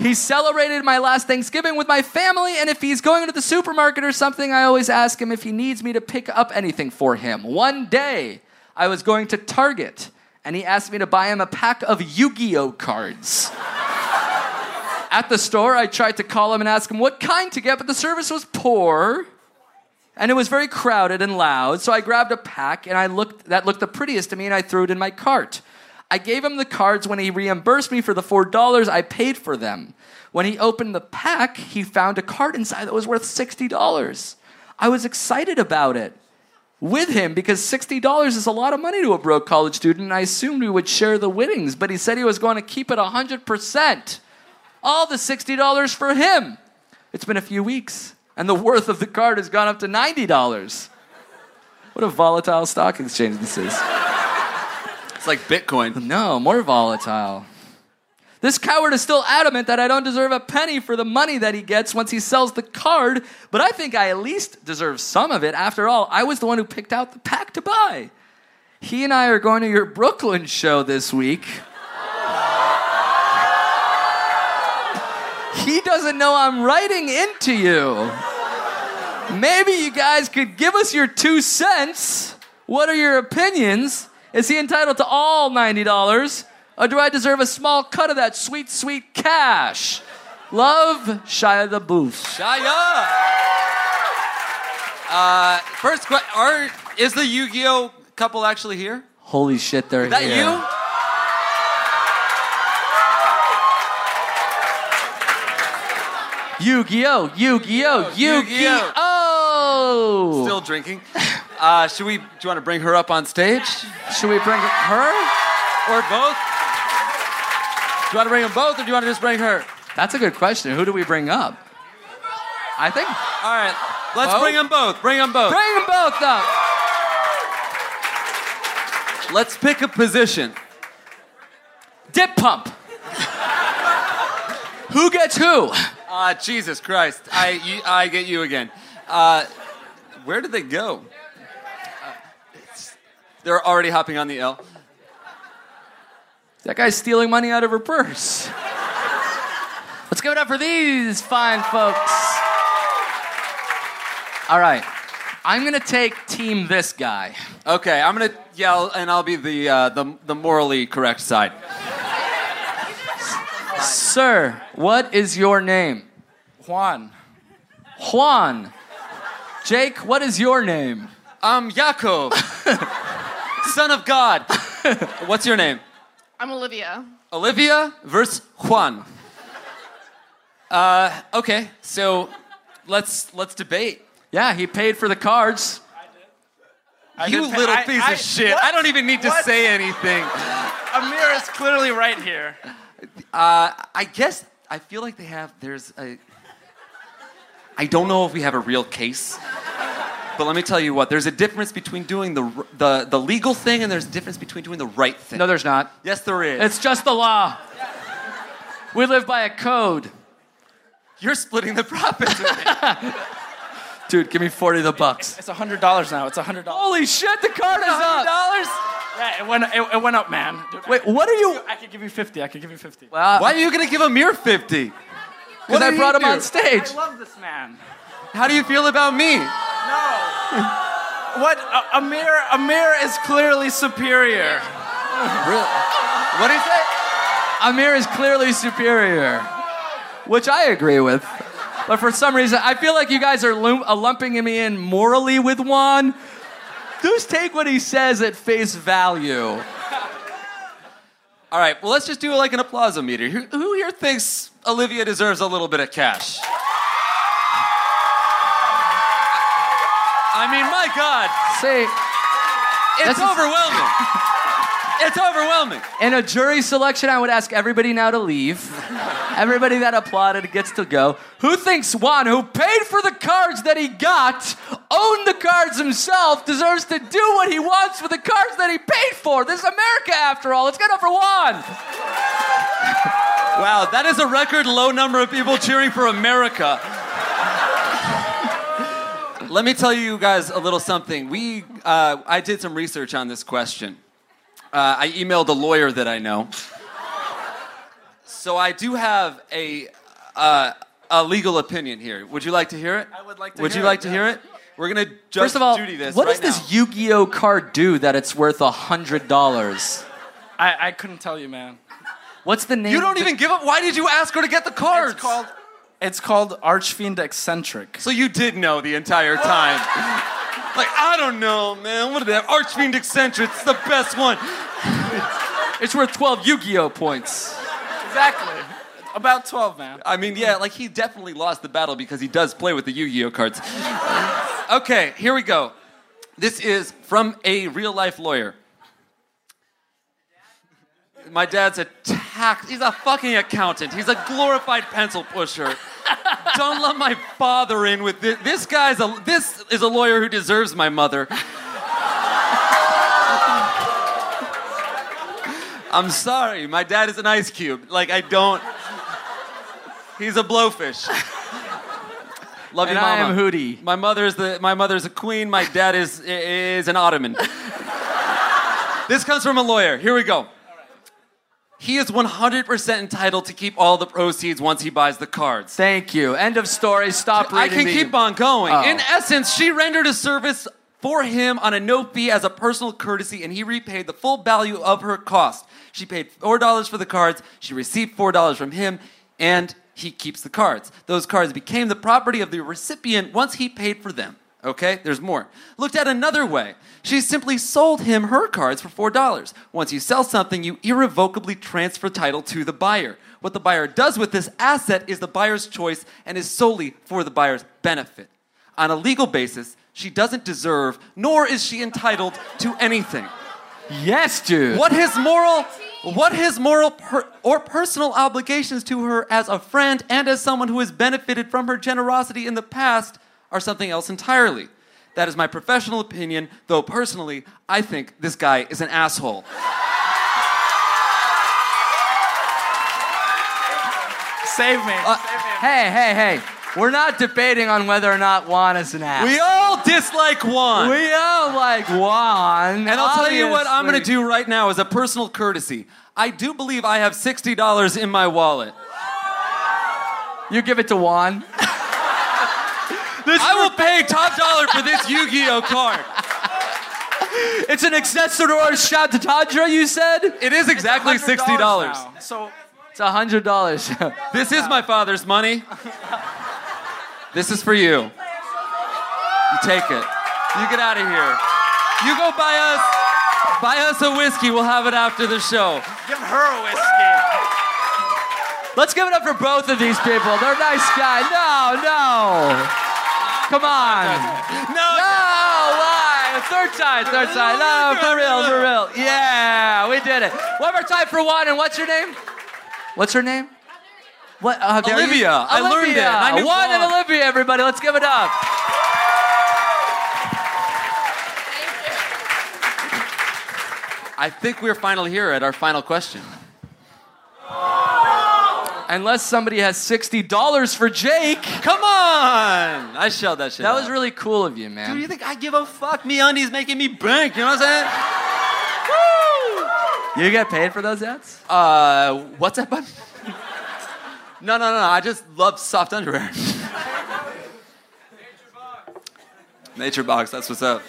He celebrated my last Thanksgiving with my family, and if he's going to the supermarket or something, I always ask him if he needs me to pick up anything for him. One day, I was going to Target, and he asked me to buy him a pack of Yu Gi Oh cards. At the store, I tried to call him and ask him what kind to get, but the service was poor. And it was very crowded and loud, so I grabbed a pack and I looked that looked the prettiest to me and I threw it in my cart. I gave him the cards when he reimbursed me for the $4 I paid for them. When he opened the pack, he found a card inside that was worth $60. I was excited about it with him because $60 is a lot of money to a broke college student and I assumed we would share the winnings, but he said he was going to keep it 100%. All the $60 for him. It's been a few weeks, and the worth of the card has gone up to $90. What a volatile stock exchange this is.
It's like Bitcoin.
No, more volatile. This coward is still adamant that I don't deserve a penny for the money that he gets once he sells the card, but I think I at least deserve some of it. After all, I was the one who picked out the pack to buy. He and I are going to your Brooklyn show this week. He doesn't know I'm writing into you. Maybe you guys could give us your two cents. What are your opinions? Is he entitled to all $90? Or do I deserve a small cut of that sweet, sweet cash? Love, Shia LaBeouf.
Shia. Uh, first question: Are is the Yu-Gi-Oh couple actually here?
Holy shit, they're
Is that
here.
you?
Yu-Gi-Oh! Yu-Gi-Oh!
Yu-Gi-Oh!
Yu-Gi-Oh!
Still drinking. Uh, should we? Do you want to bring her up on stage
should we bring her?
or both? Do you want to bring them both, or do you want to just bring her?
That's a good question. Who do we bring up? I think
All right, let's
Both?
bring them both. Bring them both.
bring them both up.
Let's pick a position.
Dip pump. who gets who?
Uh, Jesus Christ, I you, I get you again. Uh, where did they go? Uh, it's- they're already hopping on the L.
That guy's stealing money out of her purse. Let's give it up for these fine folks. All right. I'm going to take team this guy.
Okay, I'm gonna yell, and I'll be the uh, the the morally correct side.
Sir, what is your name? Juan. Juan. Jake, what is your name?
I'm Yaakov, Um, son of God. What's your name?
I'm Olivia.
Olivia versus Juan. Uh, okay, so let's let's debate.
Yeah, he paid for the cards.
you
did pay-
little
I-
piece
I-
of shit. I
what?
don't even need to
What?
say anything.
Amir is clearly right here.
Uh, I guess I feel like they have. There's a. I don't know if we have a real case, but let me tell you what. There's a difference between doing the r- the the legal thing and there's a difference between doing the right thing.
No, there's not.
yes, there is.
It's just the law. We live by a code.
You're splitting the profits. with me.
Dude, give me 40 of the bucks.
It's hundred dollars now. It's hundred dollars.
Holy shit, the card is up.
Yeah, it went. It, it went up, man. Dude,
Wait, what are you?
I could give you fifty. I could give you fifty.
Well,
Why are you gonna give a mere fifty?
Because I brought him on stage.
I love this man.
How do you feel about me?
No. What? A- Amir. Amir is clearly superior.
What is that?
Amir is clearly superior, which I agree with. But for some reason, I feel like you guys are lum- uh, lumping me in morally with Juan. Just take what he says at face value.
All right, well, let's just do like an applause meter. Who, who here thinks Olivia deserves a little bit of cash? I mean, my God,
See,
it's
This is-
overwhelming. it's overwhelming.
in a jury selection, I would ask everybody now to leave. Everybody that applauded gets to go. Who thinks Juan, who paid for the cards that he got, owned the cards himself, deserves to do what he wants with the cards that he paid for? This is America, after all. Let's get up for Juan.
Wow, that is a record low number of people cheering for America. Let me tell you guys a little something. We, uh, I did some research on this question. Uh, I emailed a lawyer that I know. So I do have a, uh, a legal opinion here. Would you like to hear it? I
would like to
Would
hear
you
it,
like to
yes.
hear it? We're gonna just
First of all,
Judy this
what
right
does this Yu-Gi-Oh card do that it's worth a hundred dollars?
I, I couldn't tell you, man.
What's the name?
now. You
of
don't
the-
even give up. Why did you ask her to get the cards?
It's called. It's called Archfiend Eccentric.
So you did know the entire time. like, I don't know, man. What is that? Archfiend Eccentric's the best one.
It's worth twelve Yu-Gi-Oh points.
Exactly. About twelve, man.
I mean, yeah, like he definitely lost the battle because he does play with the Yu-Gi-Oh cards. okay, here we go. This is from a real-life lawyer. My dad's a tax. He's a fucking accountant. He's a glorified pencil pusher. Don't let my father in with this. This guy's a. This is a lawyer who deserves my mother. I'm sorry. My dad is an ice cube. Like I don't. He's a blowfish. Love
And
you,
I
mama.
am Hootie.
My mother is the. My mother's a queen. My dad is is an ottoman. this comes from a lawyer. Here we go. He is 100% entitled to keep all the proceeds once he buys the cards.
Thank you. End of story. Stop
I
reading.
can
the-
keep on going.
Oh.
In essence, she rendered a service for him on a no fee as a personal courtesy, and he repaid the full value of her cost. She paid $4 for the cards, she received $4 from him, and he keeps the cards. Those cards became the property of the recipient once he paid for them. Okay, there's more. Looked at another way. She simply sold him her cards for $4. Once you sell something, you irrevocably transfer title to the buyer. What the buyer does with this asset is the buyer's choice and is solely for the buyer's benefit. On a legal basis, she doesn't deserve, nor is she entitled to anything.
Yes, dude.
What his moral, what his moral per, or personal obligations to her as a friend and as someone who has benefited from her generosity in the past are something else entirely. That is my professional opinion, though personally, I think this guy is an asshole.
Save me.
Uh, hey, hey, hey. We're not debating on whether or not Juan is an ass.
We all dislike Juan.
We all like Juan.
And I'll tell you what I'm going to
obviously.
do right now as a personal courtesy. I do believe I have $60 in my wallet.
You give it to Juan.
I will pay top dollar for this Yu Gi Oh card.
It's an accessory or a shout to Tadra, you said?
It is exactly $60.
now. So
It's $100.
This is my father's money. This is for you. You take it. You get out of here. You go buy us buy us a whiskey. We'll have it after the show.
give her a whiskey.
Let's give it up for both of these people. They're nice guys. No, no. Come on.
No,
No, why? Third time, third time. No, for real, for real. Yeah, we did it. One more time for one. And what's your name? What's her name? What? uh, there you-
Olivia. I learned it, and I
Olivia.
knew
Juan and
Juan.
Olivia, everybody. Let's give it up.
I think we're finally here at our final question.
Unless somebody has sixty dollars for Jake.
Come on! I shelled that shit.
That
out.
was really cool of you,
Dude, you
man.
think I give a fuck? Me undies making me bank. You know what I'm
You get paid for those ads?
saying? Uh, what's that button? no, no, no, no. I just love soft underwear. Nature box. Nature box. That's what's up.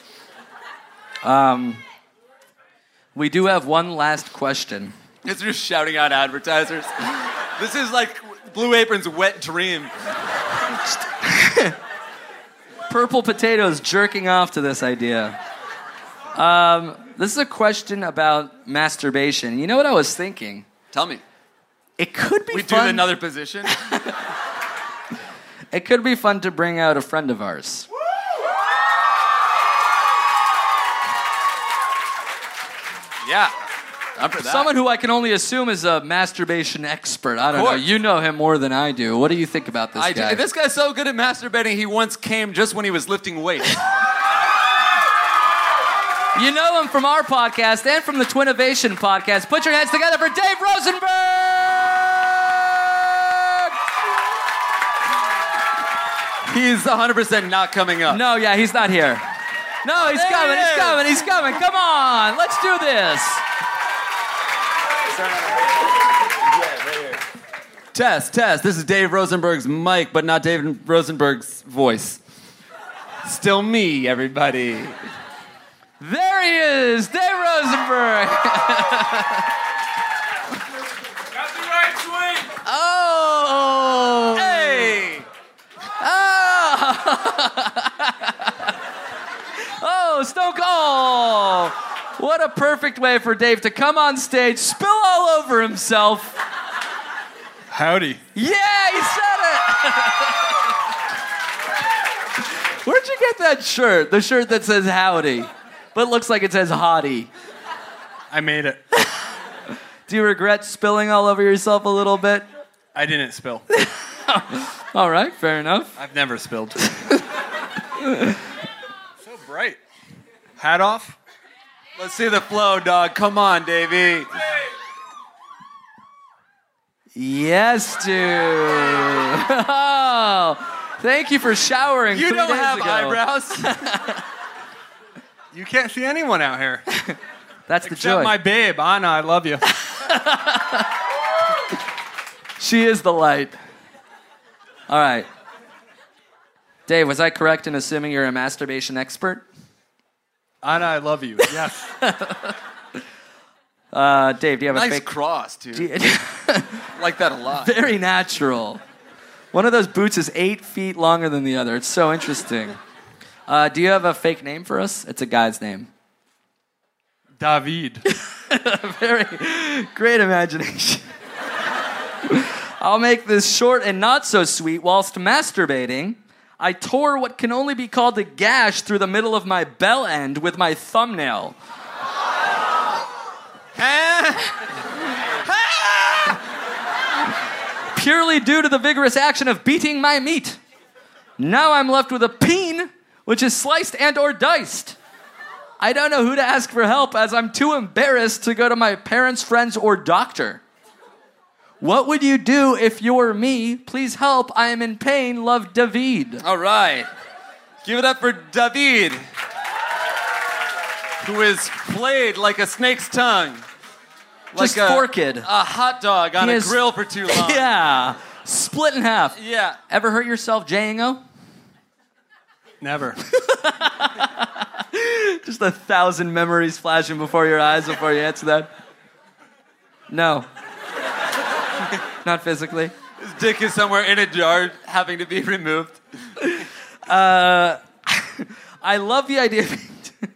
Um,
We do have one last question.
It's just shouting out advertisers. this is like Blue Apron's wet dream.
purple potatoes jerking off to this idea. Um, this is a question about masturbation. You know what I was thinking?
Tell me.
It could be
We do
fun.
another position.
it could be fun to bring out a friend of ours.
yeah. I'm for that.
Someone who I can only assume is a masturbation expert. I don't know.
course.
You know him more than I do. What do you think about this
I
guy?
do. This guy's so good at masturbating, he once came just when he was lifting weights.
You know him from our podcast and from the Twinovation podcast. Put your hands together for Dave Rosenberg!
He's 100% not coming up.
No, yeah, he's not here. No, he's
There he
coming, he's
is.
coming, he's coming. Come on, let's do this.
Test, test. This is Dave Rosenberg's mic, but not Dave Rosenberg's voice. Still me, everybody.
There he is, Dave Rosenberg.
Got the right swing.
Oh.
Hey!
Oh. oh, Stone Cold. What a perfect way for Dave to come on stage, spill all over himself.
Howdy.
Yeah, he said it. Where'd you get that shirt? The shirt that says howdy, but looks like it says hottie.
I made it.
Do you regret spilling all over yourself a little bit?
I didn't spill.
All right, fair enough.
I've never spilled. so bright. Hat off.
Let's see the flow, dog. Come on, Davey.
Yes, dude. Oh, thank you for showering.
You
three
don't
days
have
ago.
eyebrows.
You can't see anyone out here.
That's the
Except
joy.
my babe, Anna. I love you.
She is the light. All right. Dave, was I correct in assuming you're a masturbation expert?
Anna, I love you. Yes.
Uh, Dave, do you have a
Nice
fake?
cross, dude.
like that a lot.
Very natural. One of those boots is eight feet longer than the other. It's so interesting. Uh, do you have a fake name for us? It's a guy's name.
David.
Very great imagination. I'll make this short and not so sweet. Whilst masturbating, I tore what can only be called a gash through the middle of my bell end with my thumbnail. Purely due to the vigorous action of beating my meat. Now I'm left with a peen, which is sliced and or diced. I don't know who to ask for help as I'm too embarrassed to go to my parents, friends, or doctor. What would you do if you were me? Please help. I am in pain. Love David.
All right. Give it up for David, who is flayed like a snake's tongue. Like
Just
a, uh,
fork it.
a hot dog on
He
a
is-
grill for too long.
yeah. Split in half.
Yeah.
Ever hurt yourself, Django?
Never.
Just a thousand memories flashing before your eyes before you answer that. No. Not physically.
His dick is somewhere in a jar having to be removed.
Uh, I love the idea of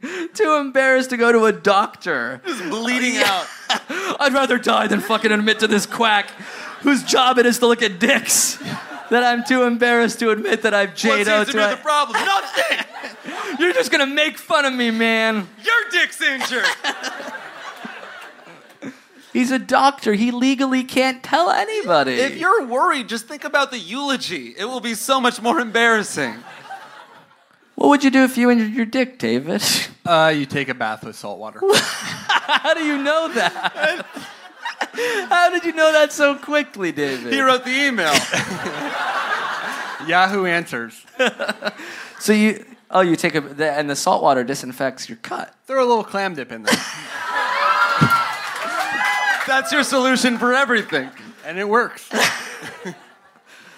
being too embarrassed to go to a doctor.
Bleeding out.
I'd rather die than fucking admit to this quack whose job it is to look at dicks that I'm too embarrassed to admit that I've
What
Jado.
seems to be the
To
problem? Nothing!
You're just gonna make fun of me, man.
Your dick's injured!
He's a doctor. He legally can't tell anybody.
If you're worried, just think about the eulogy. It will be so much more embarrassing.
what would you do if you injured your dick, David?
Uh, you take a bath with salt water.
How do you know that? How did you know that so quickly, David?
He wrote the email.
Yahoo answers.
so you, oh, you take a, the, and the salt water disinfects your cut.
Throw a little clam dip in there.
That's your solution for everything.
And it works.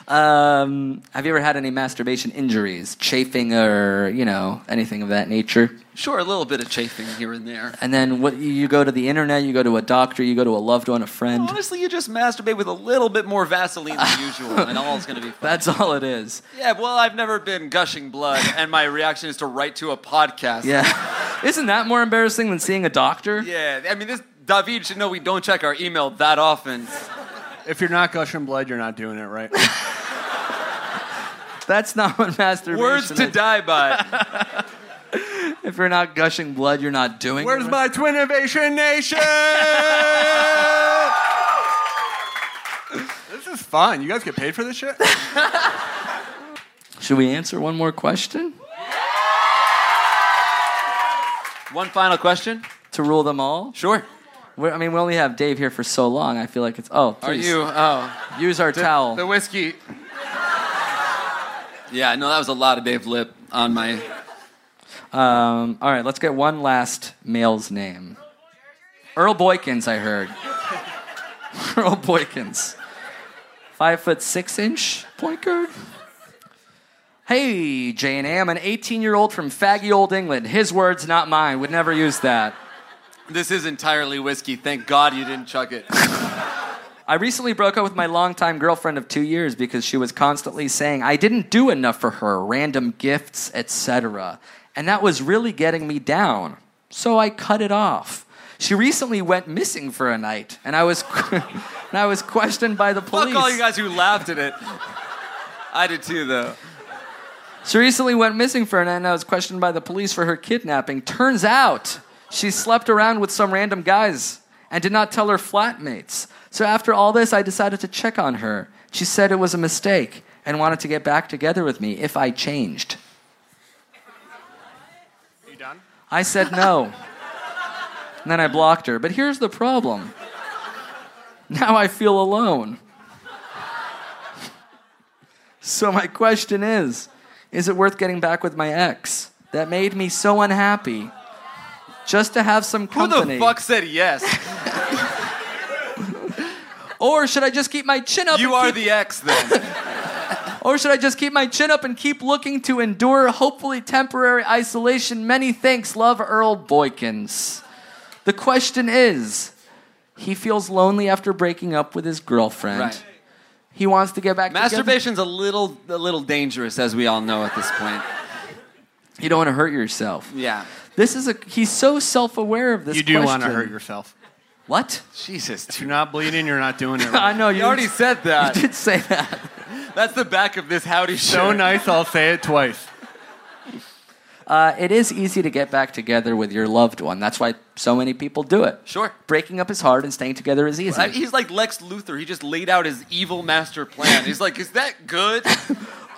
Um, have you ever had any masturbation injuries, chafing, or you know anything of that nature?
Sure, a little bit of chafing here and there.
And then what you go to the internet, you go to a doctor, you go to a loved one, a friend.
Honestly, you just masturbate with a little bit more Vaseline than usual, and all's gonna be fine.
That's all it is.
Yeah, well, I've never been gushing blood, and my reaction is to write to a podcast.
Yeah. Isn't that more embarrassing than seeing a doctor?
Yeah, I mean, this David should know we don't check our email that often.
If you're not gushing blood, you're not doing it right.
That's not what masturbation
Words to
is.
die by.
If you're not gushing blood, you're not doing
Where's
it.
my Twinnovation Nation? this is fun. You guys get paid for this shit?
Should we answer one more question
One final question.
to rule them all?
Sure.
We're, I mean, we only have Dave here for so long. I feel like it's oh,
Are
please,
you? Oh,
use our towel?
The whiskey.
yeah. No, that was a lot of Dave Lip on my.
Um, all right, let's get one last male's name. Earl Boykins, I heard. Earl Boykins. Five foot six inch point guard. Hey, J and I'm an 18 year old from faggy old England. His words, not mine. Would never use that.
This is entirely whiskey. Thank God you didn't chuck it.
I recently broke up with my longtime girlfriend of two years because she was constantly saying I didn't do enough for her, random gifts, etc. And that was really getting me down. So I cut it off. She recently went missing for a night, and I was and I was questioned by the police.
Fuck all you guys who laughed at it. I did too, though.
She recently went missing for an night and I was questioned by the police for her kidnapping. Turns out she slept around with some random guys and did not tell her flatmates. So after all this, I decided to check on her. She said it was a mistake and wanted to get back together with me if I changed.
You done?
I said no. and then I blocked her. But here's the problem now I feel alone. so my question is is it worth getting back with my ex? That made me so unhappy. Just to have some
Who
company.
the fuck said yes?
Or should I just keep my chin up?
You
and
are
keep-
the X then.
Or should I just keep my chin up and keep looking to endure hopefully temporary isolation? Many thanks, love Earl Boykins. The question is he feels lonely after breaking up with his girlfriend.
Right.
He wants to get back together.
Masturbation's a little a little dangerous as we all know at this point.
You don't want to hurt yourself.
Yeah.
This is a he's so self-aware of this
You do want to
question.
hurt yourself.
What?
Jesus.
If you're not bleeding, you're not doing it
I
right.
know you,
You already said that.
you did say that.
That's the back of this howdy show.
So nice, I'll say it twice.
Uh, it is easy to get back together with your loved one. That's why so many people do it.
Sure.
Breaking up is hard and staying together is easy.
I- He's like Lex Luthor. He just laid out his evil master plan. He's like, is that good?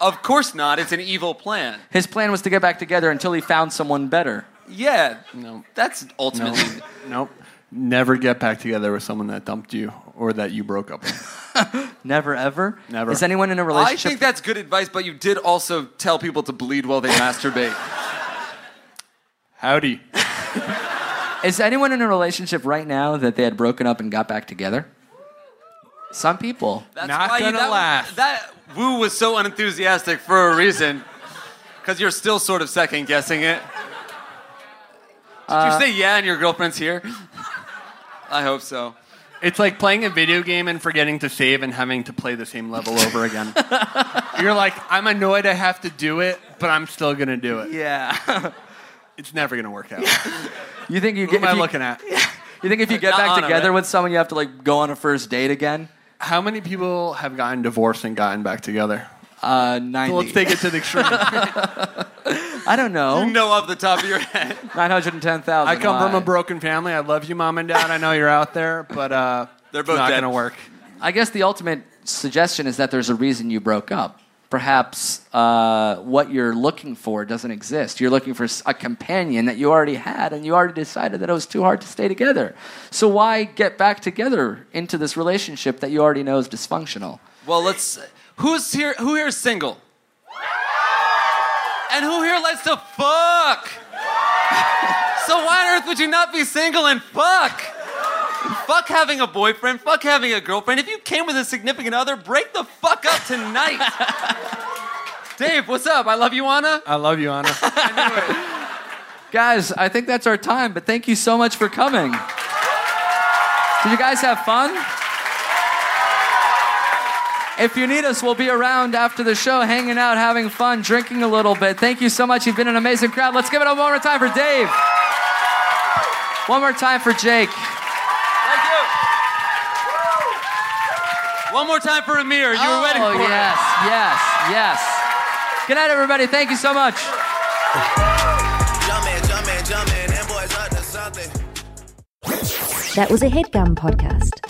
of course not. It's an evil plan.
His plan was to get back together until he found someone better.
Yeah. No. That's ultimately.
Nope. Never get back together with someone that dumped you or that you broke up with.
Never ever.
Never.
Is anyone in a
I
relationship?
think that's good advice, but you did also tell people to bleed while they masturbate.
Howdy.
Is anyone in a relationship right now that they had broken up and got back together? Some people.
That's
Not
why you-
gonna
that,
laugh.
That woo was so unenthusiastic for a reason, because you're still sort of second guessing it. Did
Uh,
you say yeah and your girlfriend's here? I hope so.
It's like playing a video game and forgetting to save and having to play the same level over again. You're like, I'm annoyed I have to do it, but I'm still going to do it.
Yeah.
It's never going to work out.
you think you
Who
get?
am I
if you,
looking at?
you think if you get
Not
back
on it,
together
right?
with someone, you have to like go on a first date again?
How many people have gotten divorced and gotten back together?
Uh, ninety.
Well, let's take it to the extreme. I
I don't know.
You know off the top of your head.
Nine hundred and ten thousand.
come from a broken family. I love you, mom and dad. I know you're out there, but uh,
They're
it's
both
not
dead.
going to work.
I guess the ultimate suggestion is that there's a reason you broke up. Perhaps uh, what you're looking for doesn't exist. You're looking for s- a companion that you already had, and you already decided that it was too hard to stay together. So why get back together into this relationship that you already know is dysfunctional?
Well, let's. Who's here? Who here is single? And who here likes to fuck? So why on earth would you not be single and fuck? Fuck having a boyfriend. Fuck having a girlfriend. If you came with a significant other, break the fuck up tonight. Dave, what's up? I love you, Anna.
I love you, Anna.
Guys, I think that's our time, but thank you so much for coming. Did you guys have fun? If you need us, we'll be around after the show, hanging out, having fun, drinking a little bit. Thank you so much. You've been an amazing crowd. Let's give it up one more time for Dave. One more time for Jake.
Thank you. One more time for Amir. You were waiting
oh,
for it.
yes, yes, yes. Good night, everybody. Thank you so much.
Jumpin', jumpin', jumpin', them boys up to something.
That was a headgum podcast.